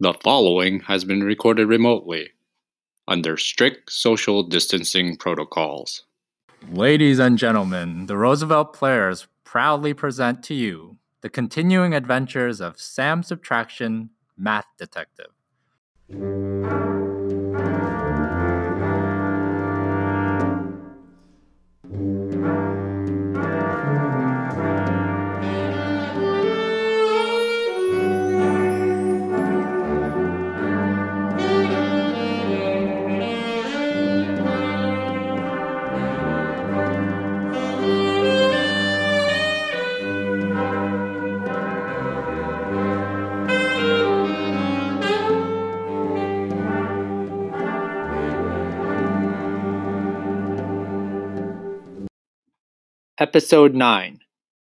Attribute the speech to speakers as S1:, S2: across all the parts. S1: The following has been recorded remotely under strict social distancing protocols.
S2: Ladies and gentlemen, the Roosevelt Players proudly present to you the continuing adventures of Sam Subtraction, Math Detective.
S3: Episode 9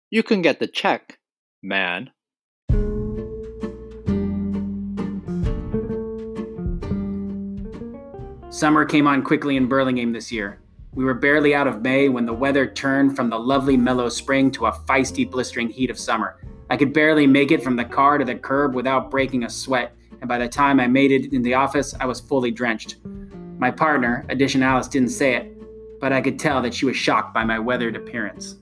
S3: You Can Get the Check, Man.
S4: Summer came on quickly in Burlingame this year. We were barely out of May when the weather turned from the lovely mellow spring to a feisty, blistering heat of summer. I could barely make it from the car to the curb without breaking a sweat, and by the time I made it in the office, I was fully drenched. My partner, Addition Alice, didn't say it, but I could tell that she was shocked by my weathered appearance.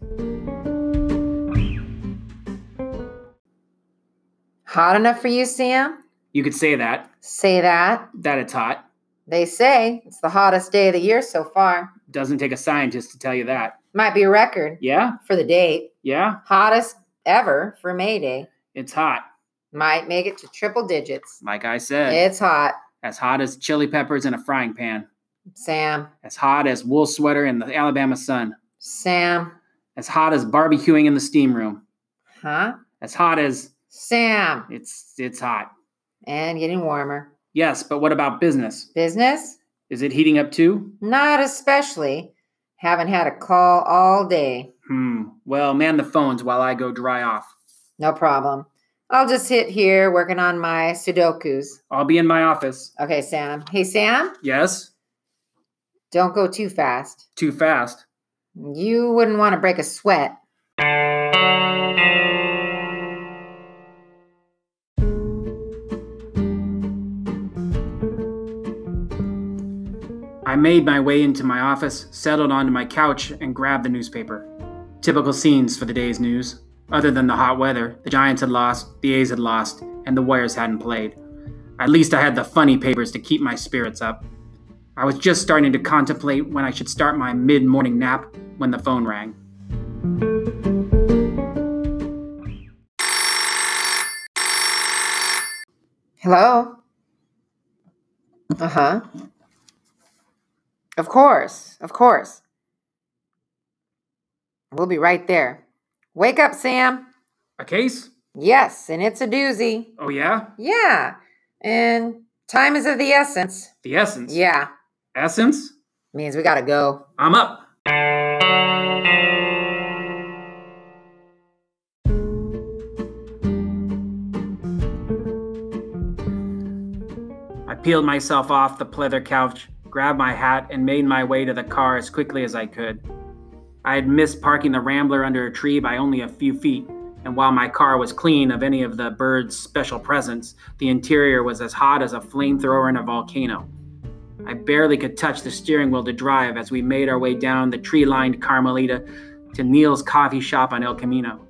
S5: Hot enough for you, Sam?
S4: You could say that,
S5: Say that.
S4: that it's hot.
S5: They say it's the hottest day of the year so far.
S4: Doesn't take a scientist to tell you that.
S5: Might be a record
S4: Yeah,
S5: for the date.
S4: yeah,
S5: Hottest ever for May Day.
S4: it's hot.
S5: Might make it to triple digits.
S4: Like I said,
S5: It's hot,
S4: as hot as chili peppers in a frying pan,
S5: Sam.
S4: as hot as wool sweater in the Alabama sun,
S5: Sam.
S4: as hot as barbecuing in the steam room,
S5: Huh?
S4: as hot as
S5: Sam.
S4: it's it's hot.
S5: And getting warmer.
S4: Yes, but what about business?
S5: Business?
S4: Is it heating up too?
S5: Not especially. Haven't had a call all day.
S4: Hmm. Well, man the phones while I go dry off.
S5: No problem. I'll just hit here working on my Sudokus.
S4: I'll be in my office.
S5: Okay, Sam. Hey, Sam,
S4: Yes,
S5: don't go too fast.
S4: too fast.
S5: You wouldn't want to break a sweat.
S4: I made my way into my office, settled onto my couch, and grabbed the newspaper. Typical scenes for the day's news. Other than the hot weather, the Giants had lost, the A's had lost, and the Warriors hadn't played. At least I had the funny papers to keep my spirits up. I was just starting to contemplate when I should start my mid morning nap when the phone rang.
S5: Hello? Uh huh. Of course, of course. We'll be right there. Wake up, Sam.
S4: A case?
S5: Yes, and it's a doozy.
S4: Oh, yeah?
S5: Yeah, and time is of the essence.
S4: The essence?
S5: Yeah,
S4: Essence?
S5: means we gotta go.
S4: I'm up. I peeled myself off the pleather couch, grabbed my hat, and made my way to the car as quickly as I could. I had missed parking the Rambler under a tree by only a few feet, and while my car was clean of any of the bird's special presents, the interior was as hot as a flamethrower in a volcano. I barely could touch the steering wheel to drive as we made our way down the tree lined Carmelita to Neil's coffee shop on El Camino.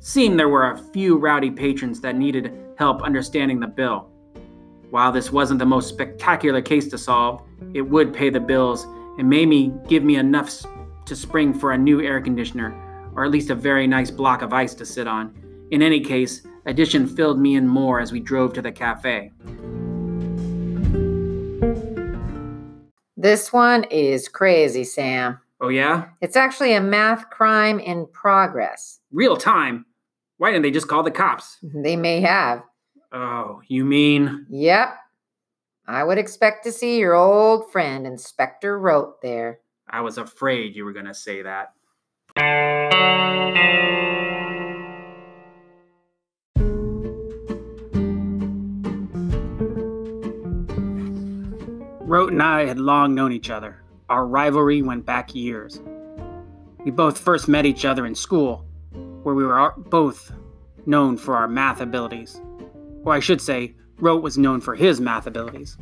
S4: Seemed there were a few rowdy patrons that needed help understanding the bill. While this wasn't the most spectacular case to solve, it would pay the bills and made me give me enough s- to spring for a new air conditioner, or at least a very nice block of ice to sit on. In any case, addition filled me in more as we drove to the cafe.
S5: This one is crazy, Sam.
S4: Oh, yeah?
S5: It's actually a math crime in progress.
S4: real time. Why didn't they just call the cops?
S5: They may have.
S4: Oh, you mean
S5: Yep. I would expect to see your old friend, Inspector Rote, there.
S4: I was afraid you were going to say that. Rote and I had long known each other. Our rivalry went back years. We both first met each other in school, where we were ar- both known for our math abilities. Or I should say, Rote was known for his math abilities.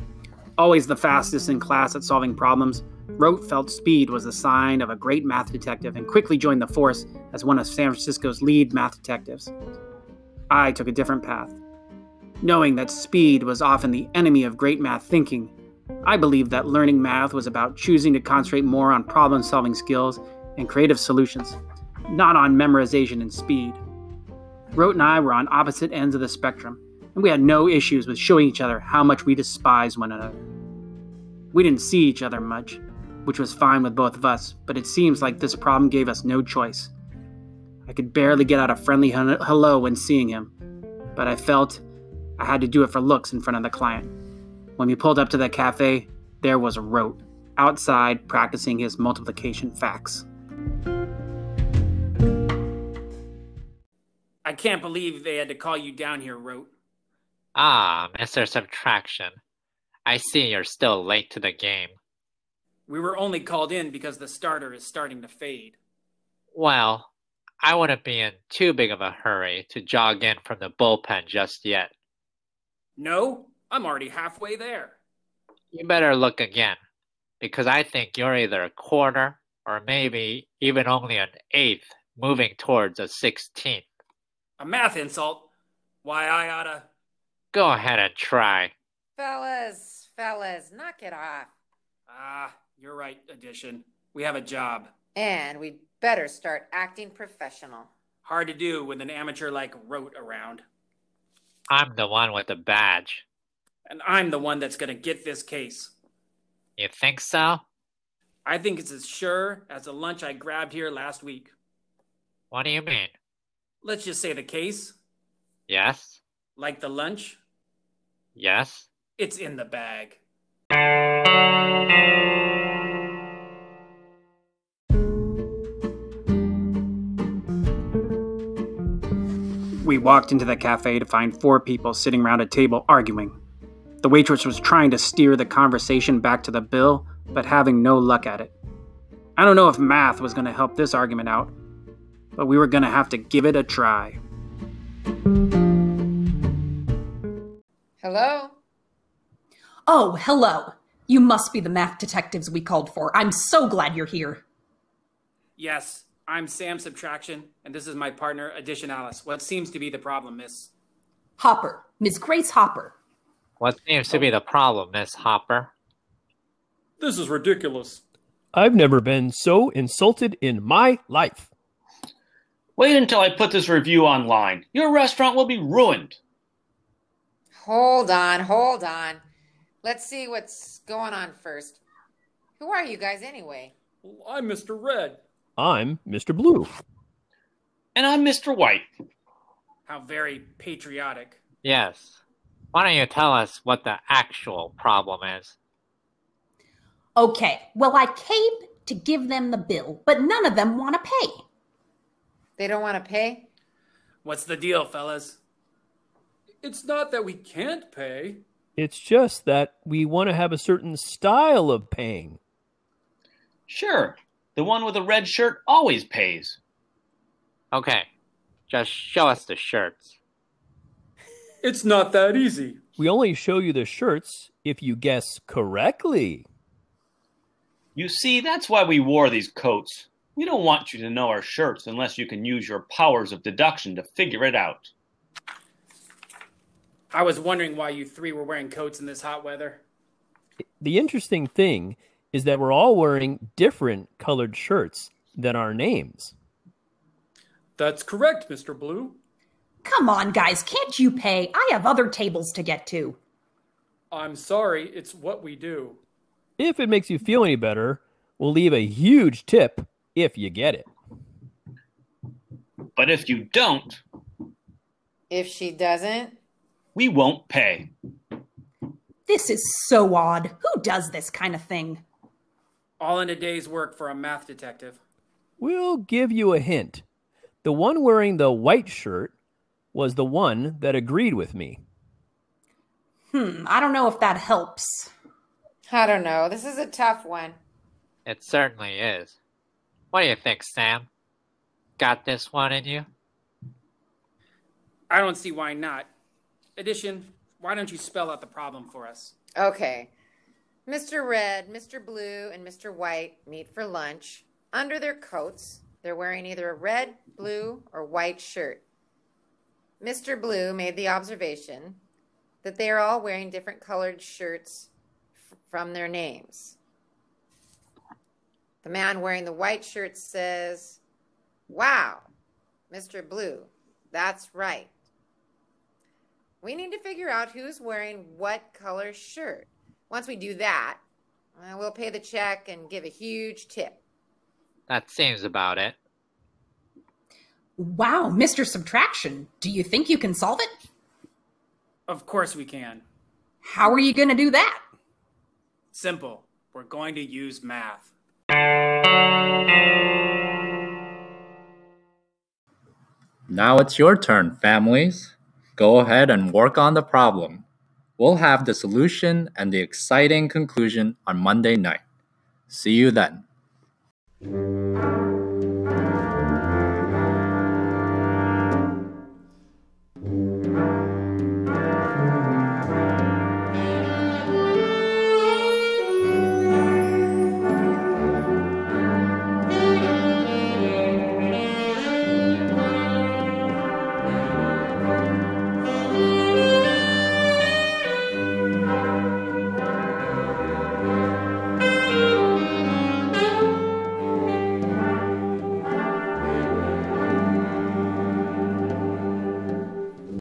S4: Always the fastest in class at solving problems, Rote felt speed was a sign of a great math detective and quickly joined the force as one of San Francisco's lead math detectives. I took a different path. Knowing that speed was often the enemy of great math thinking, I believed that learning math was about choosing to concentrate more on problem solving skills and creative solutions, not on memorization and speed. Rote and I were on opposite ends of the spectrum, and we had no issues with showing each other how much we despise one another. We didn't see each other much, which was fine with both of us, but it seems like this problem gave us no choice. I could barely get out a friendly hel- hello when seeing him, but I felt I had to do it for looks in front of the client. When we pulled up to the cafe, there was Rote outside practicing his multiplication facts. I can't believe they had to call you down here, Rote.
S6: Ah, Mr. Subtraction. I see you're still late to the game.
S4: We were only called in because the starter is starting to fade.
S6: Well, I wouldn't be in too big of a hurry to jog in from the bullpen just yet.
S4: No, I'm already halfway there.
S6: You better look again, because I think you're either a quarter or maybe even only an eighth moving towards a sixteenth.
S4: A math insult? Why, I oughta.
S6: Go ahead and try.
S5: Fellas, fellas, knock it off.
S4: Ah, you're right, addition. We have a job.
S5: And we'd better start acting professional.
S4: Hard to do with an amateur like Rote around.
S6: I'm the one with the badge.
S4: And I'm the one that's gonna get this case.
S6: You think so?
S4: I think it's as sure as the lunch I grabbed here last week.
S6: What do you mean?
S4: Let's just say the case,
S6: Yes?
S4: like the lunch,
S6: Yes?
S4: it's in the bag. We walked into the cafe to find four people sitting around a table arguing. The waitress was trying to steer the conversation back to the bill, but having no luck at it. I don't know if math was going to help this argument out, but we were going to have to give it a try.
S5: Hello?
S7: Oh, hello. You must be the math detectives we called for. I'm so glad you're here.
S4: Yes, I'm Sam Subtraction, and this is my partner, Addition Alice. What seems to be the problem, miss?
S7: Hopper, Miss Grace Hopper.
S6: What seems to be
S4: Oh.
S6: the problem, Miss Hopper?
S4: This is ridiculous.
S8: I've never been so insulted in my life.
S9: Wait until I put this review online. Your restaurant will be ruined.
S5: Hold on, hold on. Let's see what's going on first. Who are you guys anyway?
S4: I'm Mr. Red.
S8: I'm Mr. Blue.
S9: And I'm Mr. White.
S4: How very patriotic.
S6: Yes. Why don't you tell us what the actual problem is?
S7: Okay, well, I came to give them the bill, but none of them want to pay.
S5: They don't want to pay?
S4: What's the deal, fellas? It's not that we can't pay.
S8: It's just that we want to have a certain style of paying.
S9: Sure, the one with a red shirt always pays.
S6: Okay, just show us the shirts.
S4: It's not that easy.
S8: We only show you the shirts if you guess correctly.
S9: You see, that's why we wore these coats. We don't want you to know our shirts unless you can use your powers of deduction to figure it out.
S4: I was wondering why you three were wearing coats in this hot weather.
S8: The interesting thing is that we're all wearing different colored shirts than our names.
S4: That's correct, Mr. Blue.
S7: Come on, guys, can't you pay? I have other tables to get to.
S4: I'm sorry, it's what we do.
S8: If it makes you feel any better, we'll leave a huge tip if you get it.
S9: But if you don't,
S5: If she doesn't,
S9: we won't pay.
S7: This is so odd. Who does this kind of thing?
S4: All in a day's work for a math detective.
S8: We'll give you a hint. The one wearing the white shirt was the one that agreed with me.
S7: Hmm, I don't know if that helps.
S5: I don't know. This is a tough one.
S6: It certainly is. What do you think, Sam? Got this one in you?
S4: I don't see why not. Addition, Why don't you spell out the problem for us?
S5: Okay. Mr. Red, Mr. Blue, and Mr. White meet for lunch. Under their coats, they're wearing either a red, blue, or white shirt. Mr. Blue made the observation that they are all wearing different colored shirts f- from their names. The man wearing the white shirt says, Wow, Mr. Blue, that's right. We need to figure out who's wearing what color shirt. Once we do that, uh, we'll pay the check and give a huge tip.
S6: That seems about it.
S7: Wow, Mr. Subtraction, do you think you can solve it?
S4: Of course we can.
S7: How are you going to do that?
S4: Simple. We're going to use math.
S2: Now it's your turn, families. Go ahead and work on the problem. We'll have the solution and the exciting conclusion on Monday night. See you then.